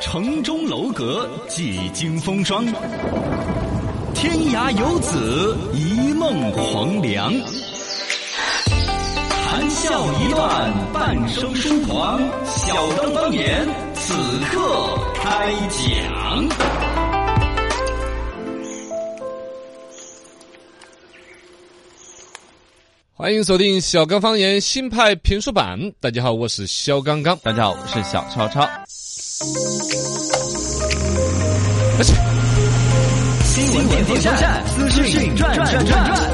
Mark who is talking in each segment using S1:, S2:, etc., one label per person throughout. S1: 城中楼阁几经风霜，天涯游子一梦黄粱。谈笑一段半生疏狂，小刚方言此刻开讲。
S2: 欢迎锁定小刚方言新派评书版。大家好，我是小刚刚。
S3: 大家好，我是小超超。
S1: 新闻点点站，资讯转转转。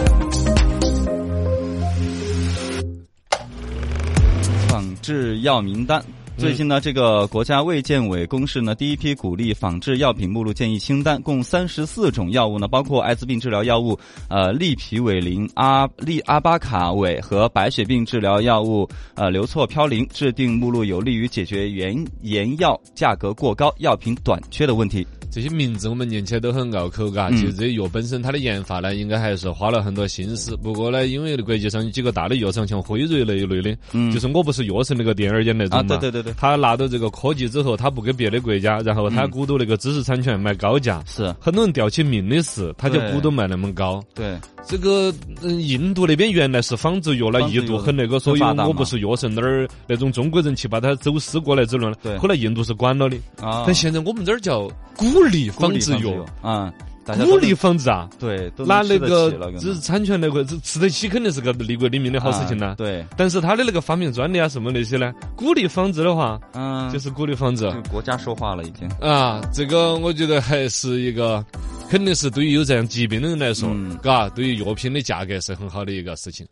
S3: 仿制药名单。
S2: 嗯
S3: 最近呢，这个国家卫健委公示呢，第一批鼓励仿制药品目录建议清单，共三十四种药物呢，包括艾滋病治疗药物，呃，利匹韦林、阿利阿巴卡韦和白血病治疗药物，呃，硫唑嘌呤。制定目录有利于解决原研药价格过高、药品短缺的问题。
S2: 这些名字我们念起来都很拗口，
S3: 嗯
S2: 嘎。其实这些药本身它的研发呢，应该还是花了很多心思。不过呢，因为国际上有几个大的药厂，像辉瑞那一类的，
S3: 嗯
S2: 就是我不是药神那个电影儿演那种
S3: 啊，
S2: 嘛。
S3: 对对对对，
S2: 他拿到这个科技之后，他不给别的国家，然后他
S3: 嗯
S2: 鼓捣那个知识产权卖高价，
S3: 是，
S2: 很多人吊起命的事，他就
S3: 对
S2: 鼓捣卖那么高。
S3: 对，
S2: 这个嗯，印度那边原来是仿制药了，
S3: 仿制
S2: 印
S3: 药
S2: 度很那个，所以
S3: 很发达嘛
S2: 我不是药神那儿那种中国人去把它走私过来之类的。
S3: 对
S2: 后来印度是管了的，
S3: 啊，
S2: 但现在我们这儿叫鼓励仿制药，
S3: 啊，大家
S2: 鼓
S3: 都
S2: 励仿制啊，
S3: 对，都
S2: 拿
S3: 能吃
S2: 那
S3: 得
S2: 个
S3: 起了可能
S2: 知识产权那个这吃得起，肯定是个利国利民的好事情
S3: 啊
S2: 呐。
S3: 对，
S2: 但是他的那个发明专利啊什么那些呢，鼓励仿制的话，
S3: 嗯，
S2: 就是鼓励仿制。
S3: 就国家说话了已经。
S2: 啊，这个我觉得还是一个，肯定是对于有这样疾病的人来说
S3: 嗯，
S2: 嘎、对于药品的价格是很好的一个事情。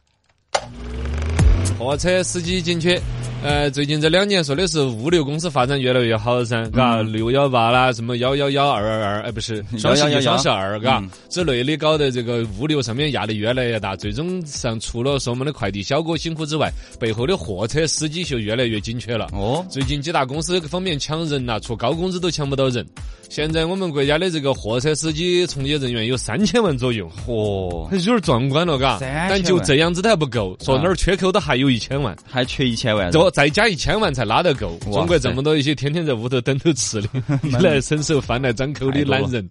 S2: 货车司机紧缺，呃，最近这两年说的是物流公司发展越来越好噻，
S3: 嗯
S2: 嘎，六幺八啦，什么幺幺幺二二二，哎，不是双十一、
S3: 1111
S2: 双十二，嘎
S3: 嗯，
S2: 之类的，搞得这个物流上面压力越来越大。最终上除了说我们的快递小哥辛苦之外，背后的货车司机就越来越紧缺了。
S3: 哦，
S2: 最近几大公司方面抢人呐、出高工资都抢不到人。现在我们国家的这个货车司机从业人员有三千万左 右，
S3: 嚯，
S2: 有点壮观了，嘎。
S3: 3000万
S2: 但就这样子都还不够，说
S3: 啊
S2: 哪儿缺口都还有一千万，
S3: 还缺一千万，
S2: 再再加一千万才拉得够。
S3: 哇
S2: 中国这么多一些天天在屋头等着 吃的，来伸手饭来张口的懒人，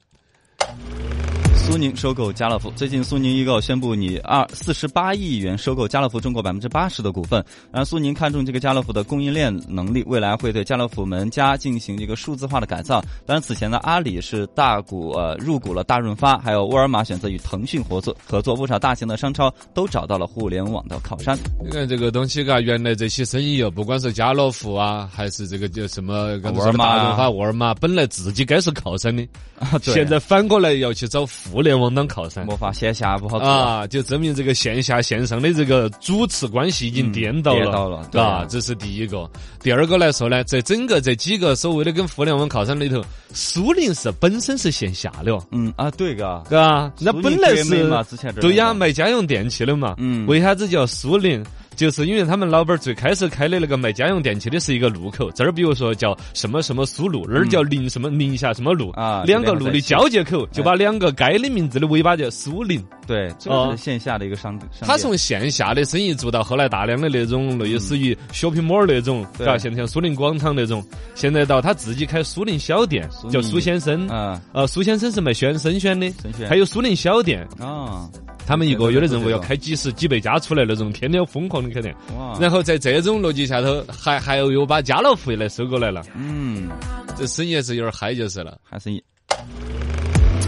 S3: 苏宁收购家乐福。最近，苏宁易购宣布拟二四十八亿元收购家乐福中国百分之八十的股份。而苏宁看中这个家乐福的供应链能力，未来会对家乐福门家进行一个数字化的改造。当然，此前呢，阿里是大股呃入股了大润发，还有沃尔玛选择与腾讯合作合作，不少大型的商超都找到了互联网的靠山。
S2: 你看这个东西，嘎，原来这些生意哦，不管是家乐福啊，还是这个叫什么刚才
S3: 沃尔
S2: 说的
S3: 玛啊
S2: 大润发、沃尔玛，本来自己该是靠山的，
S3: 啊，对
S2: 现在反过来要去找互联网当靠山。
S3: 没法线下不好做。
S2: 啊，就证明这个线下线上的这个主次关系已
S3: 嗯
S2: 经颠倒
S3: 颠
S2: 了，
S3: 倒了对
S2: 啊，这是第一个。第二个来说呢，在整个这几个所谓的跟互联网靠山里头，苏宁是本身是线下的哦，
S3: 嗯啊，对个，
S2: 对吧？那
S3: 苏宁
S2: 本来
S3: 最美
S2: 是
S3: 嘛，之前这
S2: 对呀，
S3: 个
S2: 卖家用电器的嘛，
S3: 嗯
S2: 为啥子叫苏宁？就是因为他们老板最开始开的那个卖家用电器的是一个路口，这儿比如说叫什么什么苏路，那儿叫宁什么宁夏什么路
S3: 嗯啊
S2: 两个路
S3: 就连在
S2: 的
S3: 一起
S2: 交界口就把两个街的名字的尾巴叫苏宁。
S3: 对，这
S2: 哦
S3: 个是线下的一个商商
S2: 他
S3: 店
S2: 从线下的生意做到后来大量的那种类似于 shopping mall 那种，
S3: 对
S2: 嘎，现在像苏宁广场那种，现在到他自己开苏宁小店
S3: 苏，宁
S2: 叫苏先生。
S3: 啊
S2: 呃，苏先生是卖鲜生鲜的，
S3: 神选
S2: 还有苏宁小店，
S3: 啊
S2: 他们一个
S3: 对对
S2: 有的
S3: 对
S2: 人物
S3: 对
S2: 要
S3: 对
S2: 开几十几百家出来那种，天天疯狂的开店。
S3: 哇，
S2: 然后在这种逻辑下头，还还有又把家乐福也来收购来了，
S3: 嗯，
S2: 这生意还是有点嗨就是了。
S3: 还是一。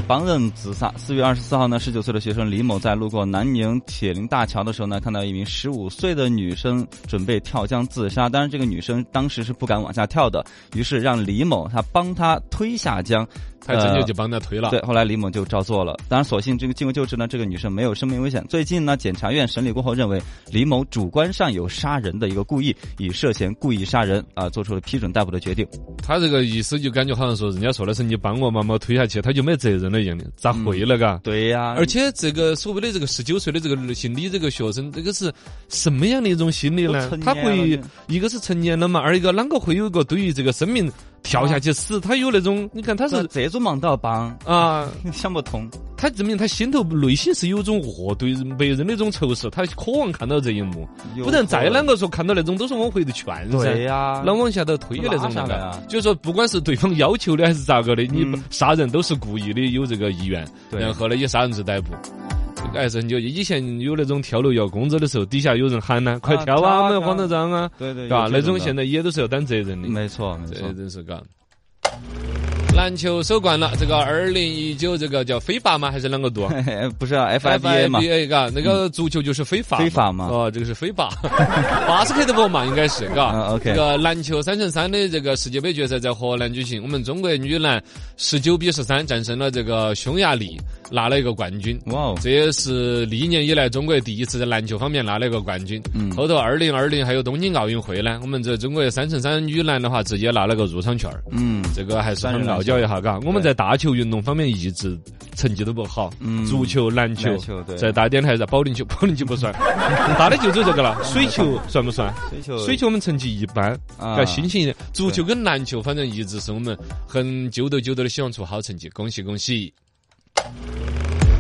S3: 帮人自杀。四月二十四号呢，十九岁的学生李某在路过南宁铁林大桥的时候呢，看到一名十五岁的女生准备跳江自杀。当然，这个女生当时是不敢往下跳的，于是让李某他帮她推下江。
S2: 他真
S3: 呃
S2: 就就帮他推了。
S3: 对，后来李某就照做了。当然，所幸这个经过救治呢，这个女生没有生命危险。最近呢，检察院审理过后认为，李某主观上有杀人的一个故意，以涉嫌故意杀人啊、做出了批准逮捕的决定。
S2: 他这个意思就感觉好像说，人家说的是你帮我妈妈推下去，他就没责任了一样的，咋会了嘎？
S3: 对呀、
S2: 而且这个所谓的这个十九岁的这个姓李这个学生，这个是什么样的一种心理呢
S3: 都成？
S2: 他
S3: 年了
S2: 会
S3: 呢
S2: 一个是成年了嘛，二一个啷个会有一个对于这个生命跳下去死，他有那种，你看他是
S3: 这种忙都要帮，
S2: 啊，
S3: 想不通。
S2: 他证明他心头内心是有种恶对人别人的一种仇视，他渴望看到这一幕，不然再啷
S3: 个？
S2: 个说看到那种都是往回头劝噻
S3: 对。呀，
S2: 老往下头推的那种
S3: 拉上来
S2: 的
S3: 啊，
S2: 就是说，不管是对方要求的还是咋个的，你
S3: 嗯
S2: 杀人都是故意的，有这个意愿，
S3: 对
S2: 然后呢以杀人罪逮捕。这个还是很久，哎以前有那种跳楼要工资的时候，底下有人喊呢，快跳
S3: 跳
S2: 啊，
S3: 啊
S2: 我们
S3: 跳啊
S2: 慌得张啊，
S3: 对对，
S2: 嘎，
S3: 有
S2: 那
S3: 这
S2: 种
S3: 的
S2: 现在也都是要担责任的。
S3: 没错没错
S2: 这，真是嘎。篮球收官了，这个二零一九这个叫非法吗？还是啷 个读
S3: 不是啊 FIBA 嘛，嗯
S2: FIBA 哎嘎，那个足球就是非法，
S3: 非法嘛
S2: 哦，这个是非法， 巴斯克的 l 嘛，应该是嘎。
S3: 嗯，OK
S2: 这个篮球三乘三的这个世界杯决赛在荷兰举行，我们中国女篮十九比十三战胜了这个匈牙利，拿了一个冠军。
S3: 哇哦，
S2: 这也是历年以来中国第一次在篮球方面拿了一个冠军。
S3: 嗯
S2: 后头二零二零还有东京奥运会呢，我们这中国三乘三女篮的话，直接拿了个入场券儿。
S3: 嗯，
S2: 这个还是很了解一下，嘎。我们在大球运动方面一直成绩都不好，
S3: 嗯
S2: 足球、篮球
S3: 篮球，对
S2: 在大点还在保龄球， 保龄球不算，大的就走这个了。水球算不算？
S3: 水球
S2: 水球我们成绩一般，
S3: 啊
S2: 要新型一点。足球跟篮球，反正一直是我们很揪斗揪斗的，希望出好成绩，恭喜恭喜！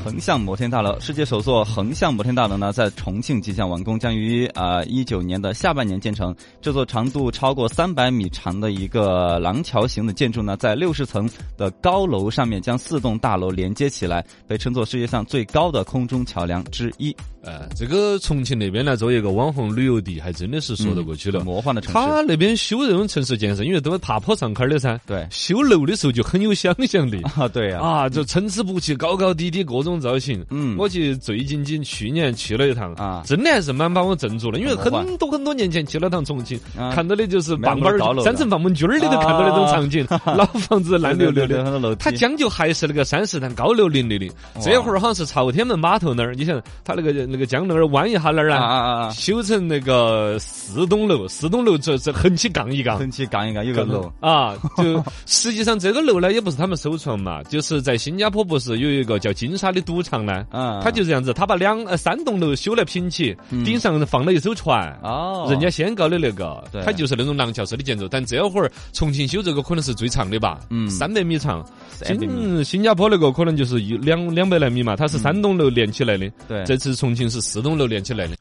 S3: 横向摩天大楼，世界首座横向摩天大楼呢，在重庆即将完工，将于呃一九年的下半年建成。这座长度超过三百米长的一个廊桥型的建筑呢，在六十层的高楼上面将四栋大楼连接起来，被称作世界上最高的空中桥梁之一。
S2: 呃，这个重庆那边来作为一个网红旅游地，还真的是说得
S3: 嗯
S2: 过去了。
S3: 魔幻的城市，
S2: 他那边修这种城市建设，因为都是爬坡上坎儿的噻，
S3: 对
S2: 修楼的时候就很有想象力。
S3: 啊，对呀、
S2: 啊，就参差不齐，高高低低，各种造型。
S3: 嗯
S2: 我去最近近去年去了一趟
S3: 啊
S2: 真的还是蛮把我镇住了，因为
S3: 怎么
S2: 很多很多年前去了趟重庆，
S3: 啊
S2: 看到的就是棒
S3: 没有那么高
S2: 棒
S3: 楼的啊
S2: 三层棒棒军儿的都看到那种场 景，老房子烂溜溜的。
S3: 的楼梯，
S2: 它将就还是那个三十层高楼林立的，这会儿好像是朝天门码头那儿，你想它那个那个江那儿弯一下那儿
S3: 啊
S2: 啊，
S3: 啊啊啊，
S2: 修成那个四栋楼，四栋楼这这横起杠一杠，
S3: 喷漆杠一杠，有个楼，
S2: 啊，就实际上这个楼呢也不是他们首创嘛，就是在新加坡不是有一个叫金沙的赌场呢？
S3: 嗯，
S2: 他就这样子，他把两呃三栋楼修来拼起，顶上放了一艘船。
S3: 哦，
S2: 人家先搞的那个，
S3: 对
S2: 它就是那种廊桥式的建筑，但这会儿重庆修这个可能是最长的吧，
S3: 嗯
S2: 三百米长。
S3: 三百米
S2: 新新加坡那个可能就是一两两百来米嘛，它是三栋楼连起来的，
S3: 对
S2: 这次重庆是四栋楼连起来的。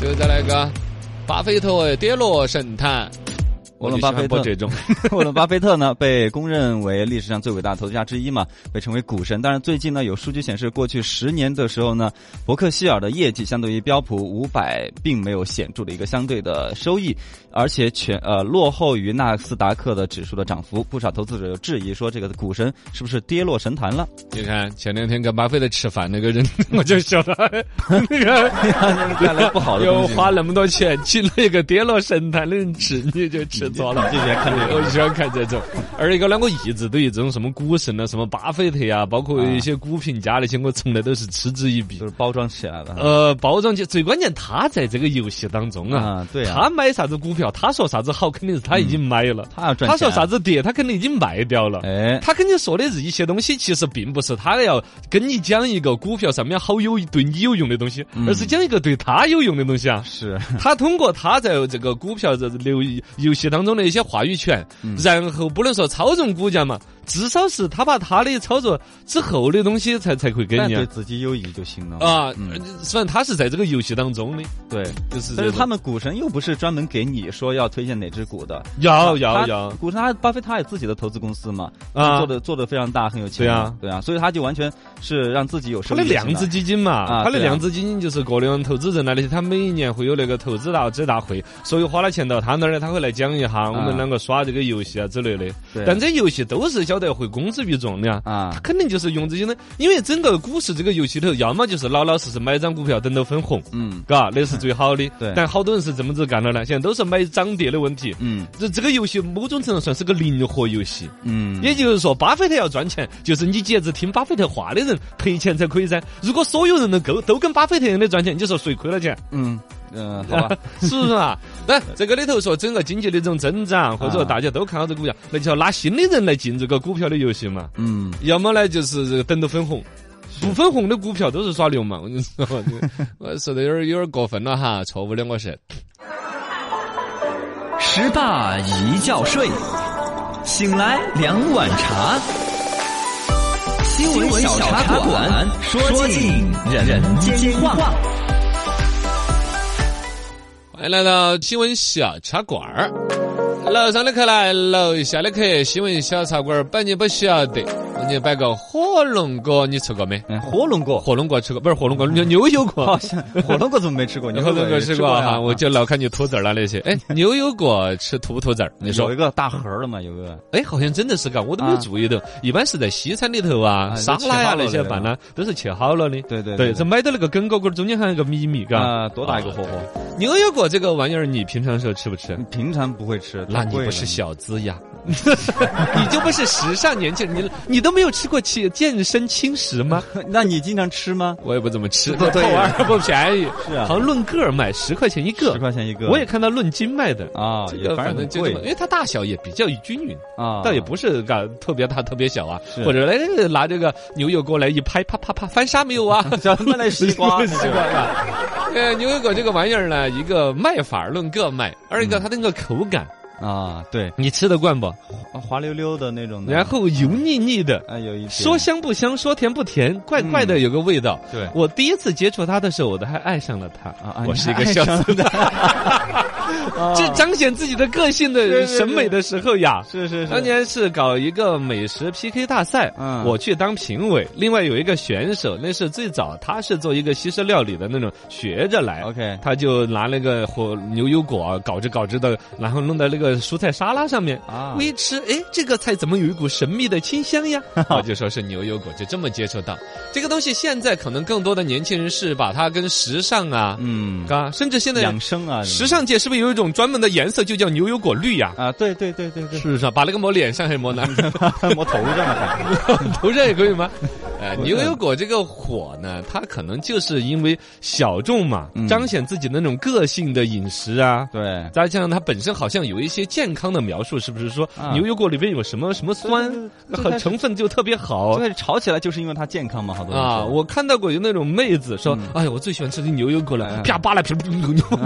S2: 就再来个，巴菲特哎跌落神坛，
S3: 沃伦巴菲特
S2: 我就喜欢播这种。
S3: 沃伦巴菲特呢，被公认为历史上最伟大的投资家之一嘛，被称为股神。当然，最近呢有数据显示，过去十年的时候呢，伯克希尔的业绩相对于标普五百并没有显著的一个相对的收益，而且全呃落后于纳斯达克的指数的涨幅。不少投资者就质疑说，这个股神是不是跌落神坛了？
S2: 你看前两天跟巴菲特吃饭那个人， 我就晓得那个
S3: 带来不好的
S2: 又
S3: 东西。
S2: 花那么多钱请了一个跌落神坛的人吃，你就吃错 了。
S3: 这些看这
S2: 我
S3: 个，
S2: 就喜欢看这种，而一个呢，我一直对于这种什么股神啊、什么巴菲特啊，包括一些股评家那些，我从来都是嗤之以鼻
S3: 就。是包装起来了。
S2: 呃，包装起，最关键他在这个游戏当中啊，
S3: 啊对啊
S2: 他买啥子股票，他说啥子好，肯定是他已经买了；
S3: 他要赚
S2: 他说
S3: 钱啊
S2: 啥子跌，他肯定已经卖掉了。
S3: 哎，
S2: 他跟你说的这一些东西，其实并不是他要跟你讲一个股票上面好有对你有用的东西，
S3: 嗯
S2: 而是讲一个对他有用的东 西啊。
S3: 是
S2: 他通过他在这个股票这游游戏当中的一些话语权，
S3: 嗯
S2: 然后不能说操纵股价嘛，至少是他把他的操作之后的东西才才会给
S3: 但
S2: 你
S3: 哎对
S2: 啊。
S3: 自己有益就行了。
S2: 啊，反正他是在这个游戏当中的，
S3: 对，
S2: 就是
S3: 嗯但是他
S2: 们
S3: 们股神又不是专门给你说要推荐哪只股的，
S2: 要要
S3: 他
S2: 要，
S3: 股神他巴菲特他有自己的投资公司嘛，
S2: 啊
S3: 做的做的非常大，很有钱，
S2: 对啊
S3: 对啊，所以他就完全是让自己有
S2: 他
S3: 收益
S2: 的
S3: 就行了。
S2: 量子基金嘛，
S3: 啊
S2: 他的
S3: 对啊
S2: 量子基金就是各类投资人啊那些，他每一年会有那个投资大者大会，所有花了钱到他那儿的，他会来讲一下我们啷个耍这个游戏啊之类的。
S3: 啊对
S2: 但这游戏都是晓得会公之于众的啊。他
S3: 啊，
S2: 肯定就是用这些呢，因为整个股市这个游戏头，要么就是老老实实买张股票等到分红，
S3: 嗯
S2: 嘎，那是最好的。
S3: 对
S2: 但好多人是这么子干的呢，现在都是买涨跌的问题。
S3: 嗯
S2: 这这个游戏某种程度上算是个灵活游戏，
S3: 嗯，
S2: 也就是说，巴菲特要赚钱，就是你简直听巴菲特话的人赔钱才可以噻。如果所有人能够都跟巴菲特一样的赚钱，你说谁亏了钱？
S3: 嗯嗯，好吧，
S2: 是不是啊？那这个里头说整个经济的这种增长，或者说
S3: 啊
S2: 大家都看好这股票，那就要拉新的人来进这个股票的游戏嘛。
S3: 嗯，
S2: 要么呢就是这个等到分红。不分红的股票都是耍流氓，我跟 你说，这个 我说的有点有点过分了哈，错误的我是。
S1: 十大一觉睡，醒来两碗茶。新闻小茶馆，说尽人间话。
S2: 欢迎来到新闻小茶馆儿。楼上的客来，楼下的客，新闻小茶馆儿摆你不晓得，你摆个火龙果，你吃过没？
S3: 嗯，火龙果，
S2: 火龙果吃过，不是火龙果，牛牛油果。
S3: 好像火龙哦果怎么没吃 过？你
S2: 你喝
S3: 会
S2: 那
S3: 不
S2: 个
S3: 会
S2: 吃
S3: 过啊嗯
S2: 过
S1: 啊
S2: 啊
S3: 呀
S2: 哈，我就老看你吐籽儿了那些。哎，牛油果吃吐不吐籽儿？你
S3: 有
S2: 说
S3: 一，个大盒儿的嘛，有个
S2: 哎，好像真的是嘎，我都没有
S3: 啊
S2: 注意到。一般是在西餐里头啊，
S3: 啊
S2: 沙拉呀
S3: 都切好
S2: 那
S3: 了的
S2: 些饭呢，都是切好了的。
S3: 对对
S2: 对，
S3: 对
S2: 这买到那个根果果儿中间还有个米米，嘎。
S3: 啊，多大一个火火？
S2: 牛油果这个玩意儿，你平常时候吃不吃
S3: 你？平常不会吃，
S2: 那
S3: 太
S2: 你
S3: 贵
S2: 不
S3: 了
S2: 是小资呀？ 你就不是时尚年轻人？你你都没有吃过健健身轻食吗？
S3: 那你经常吃吗？
S2: 我也不怎么 吃，
S3: 对对
S2: 好玩儿不便宜，
S3: 是啊
S2: 好像论个儿卖十块钱一个，
S3: 十块钱一个，
S2: 我也看到论斤卖的。
S3: 啊，
S2: 这
S3: 也
S2: 个
S3: 反
S2: 啊反
S3: 正很
S2: 正就这么，因
S3: 贵
S2: 为它大小也比较均匀，
S3: 啊，
S2: 倒也不是嘎特别大特别小啊
S3: 是，
S2: 或者来拿这个牛油果来一拍，啪啪啪，翻砂没有啊？
S3: 咱们来西瓜，
S2: 西瓜啊。 呃，牛油果这个玩意儿呢，一个卖法儿论个卖，二一个它那个口感，
S3: 啊，对，
S2: 你吃得惯不？
S3: 滑溜溜的那种的，
S2: 然后油腻腻的，
S3: 啊有一点
S2: 说香不香，说甜不甜，怪怪的有个味道。
S3: 嗯对
S2: 我第一次接触它的时候，我都还爱上了它。
S3: 啊，啊你
S2: 我是一
S3: 还
S2: 个小
S3: 爱上
S2: 资
S3: 了 啊
S2: 这彰显自己的个性的
S3: 是是
S2: 审美的时候呀。
S3: 是是
S2: 当
S3: 是，
S2: 年是搞一个美食 PK 大赛，
S3: 嗯
S2: 我去当评委，另外有一个选手，那是最早他是做一个西式料理的那种，学着来。
S3: OK
S2: 他就拿那个火牛油果啊搞着搞着的，然后弄到那个蔬菜沙拉上面。
S3: 啊
S2: 我一吃，哎，这个菜怎么有一股神秘的清香 呀？我就说是牛油果，就这么接触到这个东西。现在可能更多的年轻人是把它跟时尚啊，
S3: 嗯，
S2: 啊，甚至现在
S3: 养生啊，
S2: 时尚界是不是有一种专门的颜色就叫牛油果绿呀？
S3: 啊，对对对对对，
S2: 是不是啊？把那个抹脸上还是抹哪
S3: 啊
S2: 儿？
S3: 抹头上了
S2: 头上也可以吗？呃，牛油果这个火呢，它可能就是因为小众嘛，
S3: 嗯
S2: 彰显自己的那种个性的饮食啊
S3: 还，。对，
S2: 再加上它本身好像有一些健康的描述，是不是说
S3: 啊
S2: 牛油果里边有什么什么酸
S3: 对对，对最开始
S2: 很成分就特别好
S3: 最。开始吵起来就是因为它健康嘛，好多人
S2: 啊，
S3: 说？
S2: 我看到过有那种妹子说：“哎呀，我最喜欢吃的牛油果了，啪扒拉皮，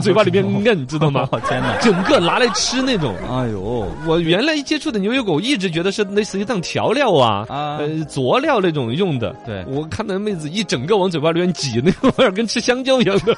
S2: 嘴巴里边摁，你知道吗
S3: 我天哪，
S2: 整个拿来吃那种。”
S3: 哎呦，
S2: 我原来接触的牛油果，我一直觉得是类似于当调料啊、
S3: 啊
S2: 呃佐料那种用的。
S3: 对
S2: 我看到妹子一整个往嘴巴里面挤，那个味儿跟吃香蕉一样的，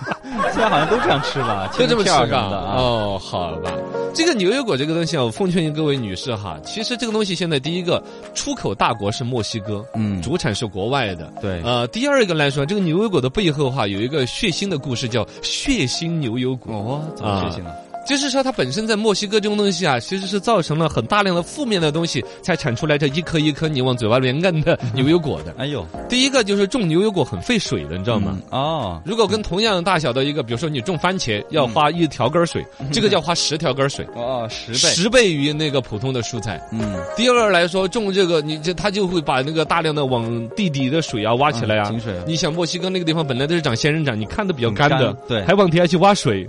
S3: 现在好像都这样吃 吧，
S2: 就这么吃
S3: 切片儿什
S2: 嘎
S3: 么的啊，
S2: 哦，好吧，这个牛油果这个东西啊，我奉劝于各位女士哈，其实这个东西现在第一个出口大国是墨西哥，
S3: 嗯
S2: 主产是国外的。
S3: 对
S2: 呃，第二个来说，这个牛油果的背后哈，有一个血腥的故事，叫血腥牛油果。
S3: 哦，怎么血腥了？
S2: 就是说，它本身在墨西哥这种东西啊，其实是造成了很大量的负面的东西，才产出来这一颗一颗你往嘴巴里面摁的牛油果的。
S3: 哎呦，
S2: 第一个就是种牛油果很费水的，你知道吗？
S3: 嗯哦，
S2: 如果跟同样大小的一个，比如说你种番茄要花一条根儿水，这个要花十条根儿水，
S3: 哦，嗯十倍，
S2: 十倍于那个普通的蔬菜。
S3: 嗯，
S2: 第二来说，种这个你这它就会把那个大量的往地底的水啊挖起来
S3: 嗯
S2: 啊
S3: 井水啊。
S2: 你想墨西哥那个地方本来都是长仙人掌，你看的比较干
S3: 很
S2: 的
S3: 干，对
S2: 还往底下去挖水，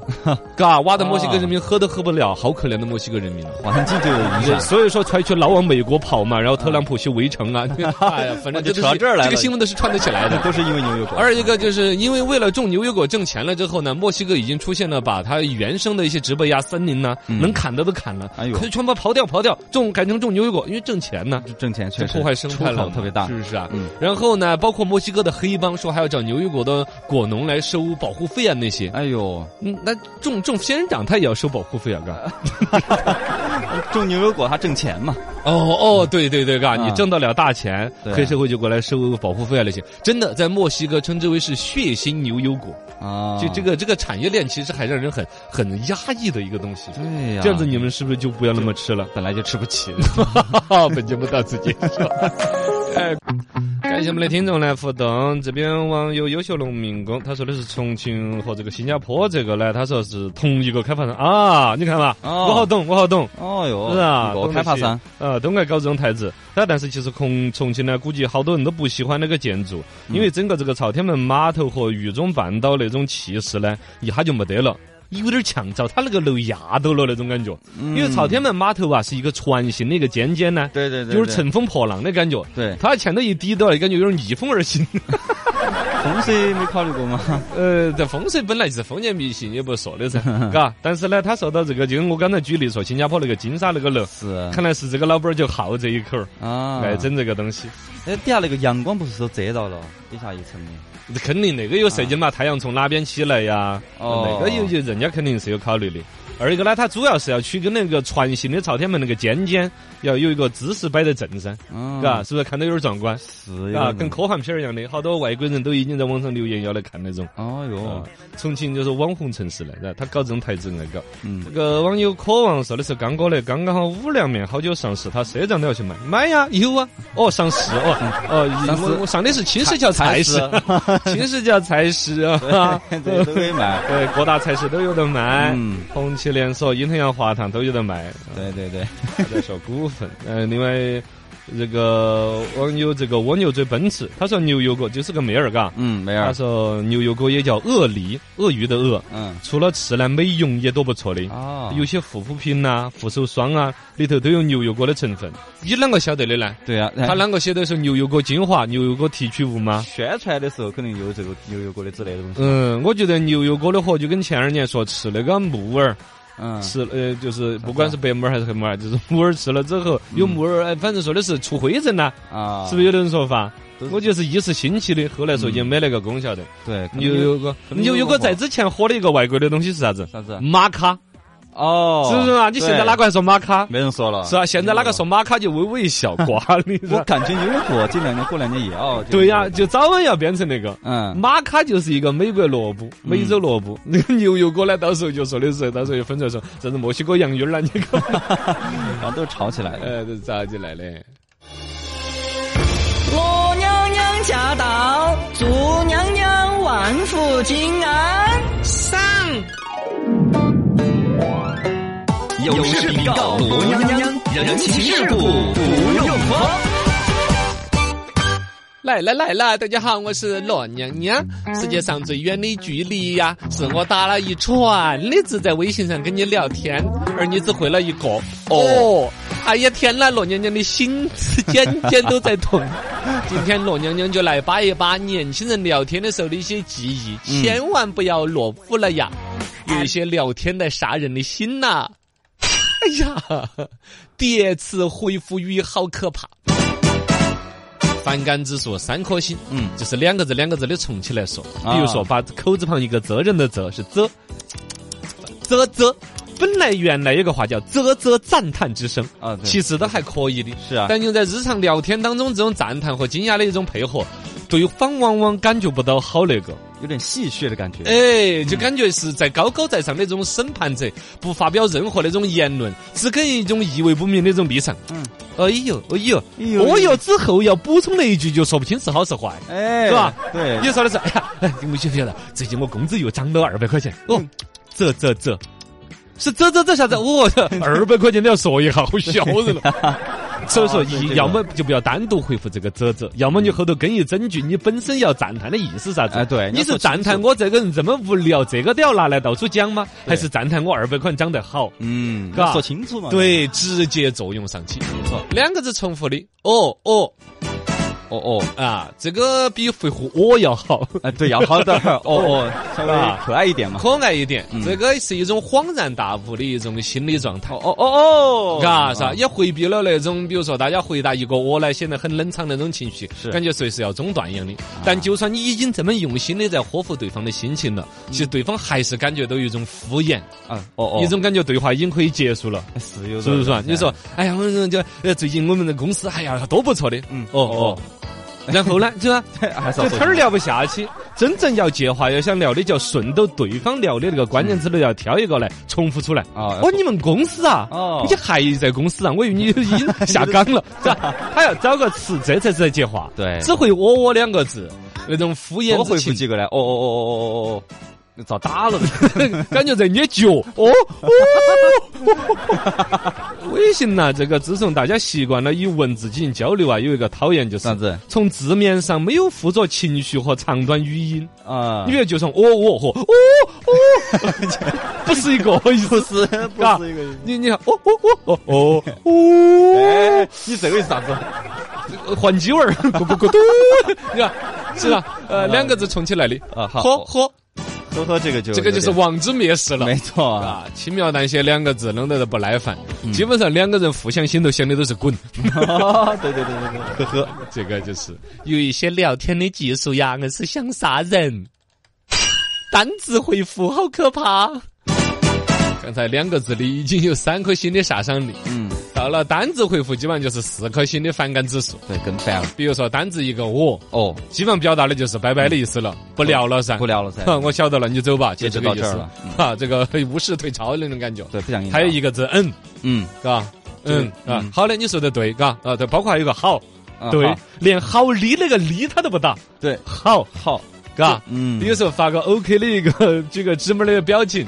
S2: 嘎，挖的墨西哥人民喝都喝不了，好可怜的墨西哥人民 啊！
S3: 环境就有影响。
S2: 所以说才去老往美国跑嘛，然后特朗普去围 城啊，哎呀，反正
S3: 就
S2: 这
S3: 扯
S2: 都
S3: 到
S2: 是
S3: 这儿来了
S2: 这个新闻都是串得起来的。
S3: 都是因为牛油果。
S2: 二一个就是因为为了种牛油果挣钱了之后呢，墨西哥已经出现了把它原生的一些植被呀、森林呐，能砍的都砍了，
S3: 嗯哎呦
S2: 可以全部刨掉、刨掉，种改成种牛油果，因为挣钱呢。
S3: 挣钱确
S2: 这
S3: 实
S2: 破坏生态
S3: 出口
S2: 了嘛，
S3: 特别大
S2: 是。不是啊？
S3: 嗯
S2: 然后呢，包括墨西哥的黑帮说还要找牛油果的果农来收保护费啊那些，
S3: 哎呦，
S2: 嗯，那种种仙人掌他也要收保护费啊，哥。
S3: 种牛油果它挣钱嘛？
S2: 哦哦，对对对，嘎，
S3: 啊
S2: 你挣得了大钱，
S3: 对啊
S2: 黑社会就过来收保护费啊那些，真的在墨西哥称之为是血腥牛油果，
S3: 啊，
S2: 就这个这个产业链其实还让人很很压抑的一个东西。
S3: 对呀，
S2: 这样子你们是不是就不要那么吃了？
S3: 本来啊就吃不起。
S2: 本节目到此结束。 哎，感谢我们的听众来互动。这边网友优秀农民工他说的是重庆和这个新加坡这个呢，他说是同一个开发商啊，你看嘛，
S3: 哦
S2: 我好懂，我好懂。
S3: 哦哟，
S2: 是啊，
S3: 我开发商，
S2: 啊，都爱搞这种台子。但但是其实重重庆呢，估计好多人都不喜欢那个建筑，
S4: 嗯
S2: 因为整个这个朝天门码头和渝中半岛那种气势呢，一下就没得了。有点像照他那个楼压到了那种感觉，
S4: 嗯
S2: 因为朝天门码头啊是一个船形的一个尖尖呢，
S3: 嗯对对对，
S2: 有点
S3: 对
S2: 乘风破浪的感觉。
S3: 对
S2: 它前头一低到了，感觉有点逆风而行。
S3: 风水没考虑过吗？
S4: 呃，这风水本来就是封建迷信，也不是说的 噻，嘎。但是呢，他受到这个，就跟我刚才举例说新加坡那个金沙那个楼，
S3: 是
S4: 看来是这个老板儿就好这一口儿，
S3: 啊，
S4: 爱整这个东西。
S3: 哎，底下那个阳光不是都遮到了底下一层的？
S4: 肯定那个有设计嘛，太阳从哪边起来呀？
S3: 哦
S4: 那个有有人家肯定是有考虑的。二一个呢，它主要是要取跟那个船型的朝天门那个尖尖要有一个姿势摆得正噻，
S3: 嗯，
S4: 嘎、是不是看到有点壮观？
S3: 是
S4: 啊，
S3: 有
S4: 跟
S3: 点
S4: 科幻片儿一样的，好多外国人都已经在网上留言要来看那种。
S3: 哦哟，
S4: 重庆就是网红城市来的，他搞这种台子来搞。
S3: 嗯
S4: 这，个网友渴望说的是刚哥的，刚刚好五粮面好久上市，他赊账都要去买，买呀，有啊，哦上市哦，哦
S3: 上市
S4: 我我上的是青石桥菜 市，青石桥菜市啊，
S3: 对，都可以买。
S4: 对，各大菜市都有得卖，
S3: 嗯
S4: 红旗连锁、伊藤洋华堂都有得卖。
S3: 对对对，
S4: 还在说股份， 呃，另外。这个网友这个蜗牛追奔驰，他说牛油果就是个妹儿，嘎，
S3: 嗯，没
S4: 他
S3: 有，
S4: 说牛油果也叫鳄梨，鳄鱼的鳄，
S3: 嗯，
S4: 除了吃呢，美容也多不错的。
S3: 哦，
S4: 有些护肤品呐、护手霜啊，里头都有牛油果的成分。你啷个晓得的呢？
S3: 对啊，
S4: 他
S3: 哎
S4: 啷个写的是牛油果精华、牛油果提取物吗？
S3: 宣传的时候肯定有这个牛油果的之类的东西。
S4: 嗯，我觉得牛油果的货就跟前二年说吃那个木耳，
S3: 嗯，
S4: 吃呃就是不管是白木耳还是黑木耳，就是木耳吃了之后有木耳，哎反正说的是除灰尘呐，
S3: 啊，
S4: 是不是有这种说法？
S3: 都是
S4: 我觉得是一时兴起的，后来说也没那个功效的。
S3: 对，可能
S4: 牛油果，
S3: 嗯可能
S4: 牛油果在之前火的一个外国的东西是啥子？
S3: 啥子？
S4: 玛卡，
S3: 啊哦，
S4: 是不是嘛？你现在哪个还说玛卡？
S3: 没人说了？
S4: 是啊，现在哪个说玛卡就微微一笑， 瓜你是
S3: 我
S4: 吧？
S3: 感觉牛油果这两年过两年也要。
S4: 对呀、，就早晚要变成那个。
S3: 嗯，
S4: 玛卡就是一个美国萝卜，美洲萝卜。 那个牛油果呢，到时候就说的是，到时候就分出来说，啥子墨西哥洋芋儿啦，你 搞，嗯
S3: 反正哎都是炒起来的。
S4: 呃，这咋起来的？
S5: 我娘娘驾到，祝娘娘万福金安。上，
S4: 呃
S6: 有事禀告罗娘娘，人情世故不用慌。
S2: 来来来了，大家好，我是罗娘娘。世界上最远的距离呀、是我打了一串的字在微信上跟你聊天，而你只回了一个哦。哎呀天呐，罗娘娘的心尖尖都在痛。今天罗娘娘就来扒一扒年轻人聊天的时候的一些记忆，千万不要落伍了呀！有一些聊天在杀人的心呐、 哎呀，叠词回复语好可怕。反感指数三颗星，
S3: 嗯
S2: 嗯，就是两个字两个字的重起来说，
S3: 啊
S2: 比如说把口字旁一个责任的责是责，啧啧，本来原来有个话叫啧啧赞叹之声，
S3: 啊，对
S2: 其实都还可以的，
S3: 是啊，
S2: 但用在日常聊天当中，这种赞叹和惊讶的一种配合，对方往往感觉不到好那个，
S3: 有点戏谑的感觉。
S2: 哎，就感觉是在高高在上的那种审判者，不发表任何那种言论，只跟一种意味不明的那种立场。
S3: 嗯
S2: 嗯，哎呦，哎呦，
S3: 哎
S2: 哎
S3: 呦
S2: 呦，哦哟之后要补充了一句，就说不清是好是坏。
S3: 哎，
S2: 是吧
S3: 对，
S2: 你说的是，哎呀， 哎，你们晓不晓得？最近我工资又涨了二百块钱。哦，
S3: 嗯
S2: 这这这，是这这这啥子？哦，二百块钱都要说一下，好吓人了。所以说，
S3: 啊对这
S2: 一
S3: 个
S2: 要么就不要单独回复这个“啧啧”，要么你后头跟一整句你本身要赞叹的意思啥子？
S3: 哎对
S2: 你是赞叹我这个人这么无聊，这个都要拿来到处讲吗？还是赞叹我二百块钱长得好？
S3: 嗯，
S2: 嘎
S3: 要说清楚嘛。，
S2: 对，直接作用上去。没错，两个字重复的，哦哦
S3: 哦哦，
S2: 啊，这个比回复“我”要好。
S3: 哎，对，要好 点儿，哦哦，稍微可爱一点嘛。
S2: 可爱一点
S3: 嗯，
S2: 这个是一种恍然大悟的一种心理状态。
S3: 哦哦哦，
S2: 嘎，是吧？
S3: 啊
S2: 也回避了那种，比如说大家回答一个“我”来显得很冷场那种情绪
S3: 是，啊
S2: 感觉随时要中断一样的。但就算你已经这么用心的在呵护对方的心情了，其实对方还是感觉到有一种敷衍，
S3: 啊，哦嗯哦，
S2: 一种感觉对话已经可以结束了。
S3: 是有点
S2: 是不是啊？
S3: 这
S2: 你
S3: 样
S2: 说，哎呀，我说就呃，最近我们的公司，哎呀，多不错的，
S3: 嗯
S2: 嗯，哦哦。然后呢，是吧？
S3: 还是
S4: 这
S3: 要
S4: 天儿
S3: 说
S4: 聊不下去，
S2: 真正要接话，要想聊的，就要顺到对方聊的那个关键词都要挑一个来重复出来。
S3: 啊
S2: 哦，你们公司啊？
S3: 哦
S2: 你还在公司啊？我以为你已 经下岗了， 是吧？他要找个词，这才是在接话。
S3: 对
S2: 只会“我我”两个字，那种敷衍
S3: 多回复
S2: 之情，
S3: 几个来，哦哦哦哦哦哦哦，遭打了。
S2: 感觉在捏脚。哦哦，微信呐、这个自从大家习惯了以文字进行交流啊，有一个讨厌就是
S3: 啥子
S2: 从字面上没有附着情绪和长短语音。
S3: 啊
S2: 你比如就从哦哦和哦哦，不是一个意思，
S3: 是
S2: 嘎
S3: 不是一个意思？
S2: 你你看哦哦哦哦哦
S3: 哎，你这个意思啥子？
S2: 哦，换鸡味儿，咕咕咕嘟，你看是吧？呃，两个字重起来的，
S3: 啊好
S2: 呵呵，
S3: 呵呵，这个就
S2: 这个就是
S3: 有点
S2: 王之蔑视了
S3: 没。错 啊，
S2: 啊，轻描淡写两个字，弄得人不耐烦。基本上两个人互相心头想的都是滚。
S3: 对对对对对，呵呵，
S2: 这个就是
S7: 有一些聊天的技术呀，硬是想杀人。单字回复好可怕，
S2: 刚才两个字里已经有三颗星的杀伤力，
S3: 嗯，
S2: 到了单字回复基本上就是四颗星的反感指数。
S3: 对，更烦了。
S2: 比如说单字一个我，
S3: 哦，
S2: 基本上表达的就是拜拜的意思了，不聊了噻，
S3: 不聊了噻
S2: 哼我晓得了，你走吧，就
S3: 截止
S2: 这个
S3: 到
S2: 意
S3: 这儿
S2: 思
S3: 了。
S2: 哈，这个 无视退潮的那种感觉。
S3: 对，不想跟你
S2: 还有
S3: 聊
S2: 一个字嗯，
S3: 嗯，
S2: 嘎，嗯
S3: 嗯
S2: 啊，好的，你说的对，嘎啊，对，包括还有一个好，
S3: 啊
S2: 对
S3: 好，
S2: 连好哩那个哩他都不打，
S3: 对，
S2: 好，
S3: 好，
S2: 嘎，
S3: 嗯
S2: 有时候发个 OK 的一个 这个指拇儿的表情。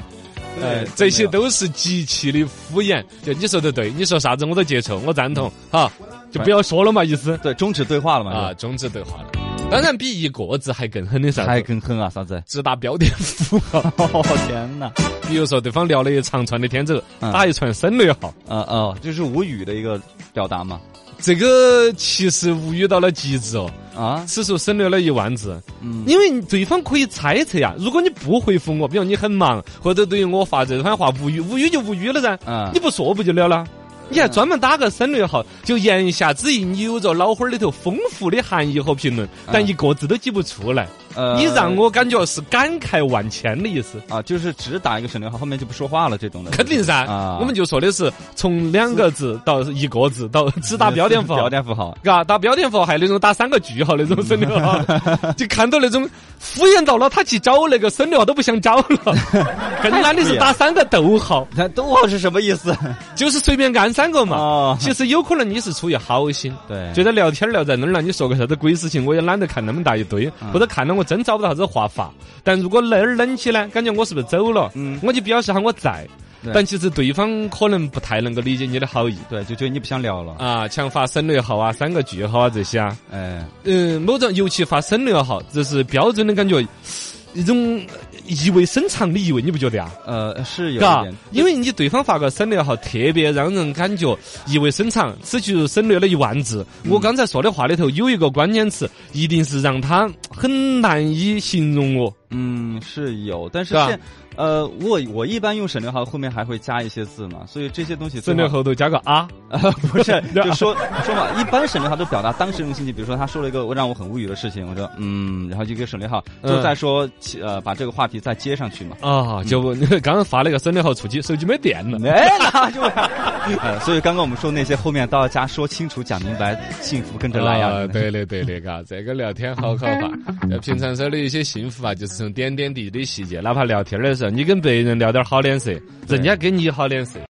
S2: 呃，这些都是极其的敷衍。就你说的对，你说啥子我都接受，我赞同，
S3: 嗯
S2: 哈，就不要说了嘛，意思
S3: 对终止对话了嘛，
S2: 啊，
S3: 啊，
S2: 终止对话了。当然，比一个字还更狠的啥
S3: 还
S2: 子，
S3: 更狠啊，啥子？
S2: 只打标点符 号。
S3: 哦天哪，
S2: 比如说，对方聊了一长串的天走，
S3: 嗯
S2: 打一串省略号。
S3: 啊哦，这是无语的一个表达嘛，
S2: 这个其实无语到了极致哦，
S3: 啊，
S2: 此处省略了一万字，
S3: 嗯，
S2: 因为对方可以猜测呀。如果你不回复我，比如你很忙，或者对于我发这番话无语，无语就无语了噻。
S3: 啊
S2: 你，不说不就了了？你还专门打个省略号，就言下之意，你有着脑花儿里头丰富的含义和评论，但一个字都挤不出来。
S3: 啊呃
S2: 你让我感觉是感慨万千的意思。
S3: 啊，就是只打一个省略号，后面就不说话了，这种的，
S2: 肯定噻，
S3: 啊
S2: 我们就说的是从两个字到一个字到只打标点符号
S3: 标，点符号，
S2: 嘎，打标点符号还有那种打三个句号那种省略 号，就看到那种敷衍到了，他去找那个省略号都不想找 了。更难的是打三个逗号，
S3: 那逗号是什么意 思？
S2: 就是随便按三个嘛。
S3: 哦，
S2: 啊其实有可能你是出于好心，
S3: 对
S2: 觉得聊天儿聊在那儿了，你说个啥子鬼事情，我也懒得看那么大一堆，
S3: 嗯
S2: 或者看了我真找不到啥子话发。但如果那儿冷起呢，感觉我是不是走了？
S3: 嗯
S2: 我就表示下我在
S3: 对。
S2: 但其实对方可能不太能够理解你的好意
S3: 对，就觉得你不想聊了，
S2: 啊，强发省略号啊、三个句号啊这些啊。
S3: 哎，
S2: 嗯，某种尤其发省略号，这是标准的感觉，一种意味深长的意味，你不觉得啊？
S3: 呃，是有一
S2: 嘎
S3: 点，，
S2: 因为你对方发个省略号，特别让人感觉意味深长。此去省略了一万字。我刚才说的话里头有一个关键词，一定是让他很难以形容哦。
S3: 嗯，是有，但是
S2: 是吧
S3: 现呃，我我一般用省略号后面还会加一些字嘛，所以这些东西最
S2: 省略
S3: 好
S2: 后头加个啊，
S3: 呃不是
S2: 对啊
S3: 就说说嘛，一般省略号都表达当时用心情，比如说他说了一个让我很无语的事情，我说嗯，然后就给省略号，
S2: 嗯
S3: 就再说其呃把这个话题再接上去嘛。
S2: 啊，就
S3: 嗯
S2: 刚刚发了一个省略号出去，手机没电了。
S3: 哎，那就 呃，所以刚刚我们说那些后面都要加说清楚、讲明白，幸福跟着嗯来呀。
S2: 啊，对的，对的，嘎，这个聊天好可怕。就平常说的一些幸福啊，就是从点点滴滴的细节，哪怕聊天的时候，你跟别人聊点好脸色，人家给你好脸色。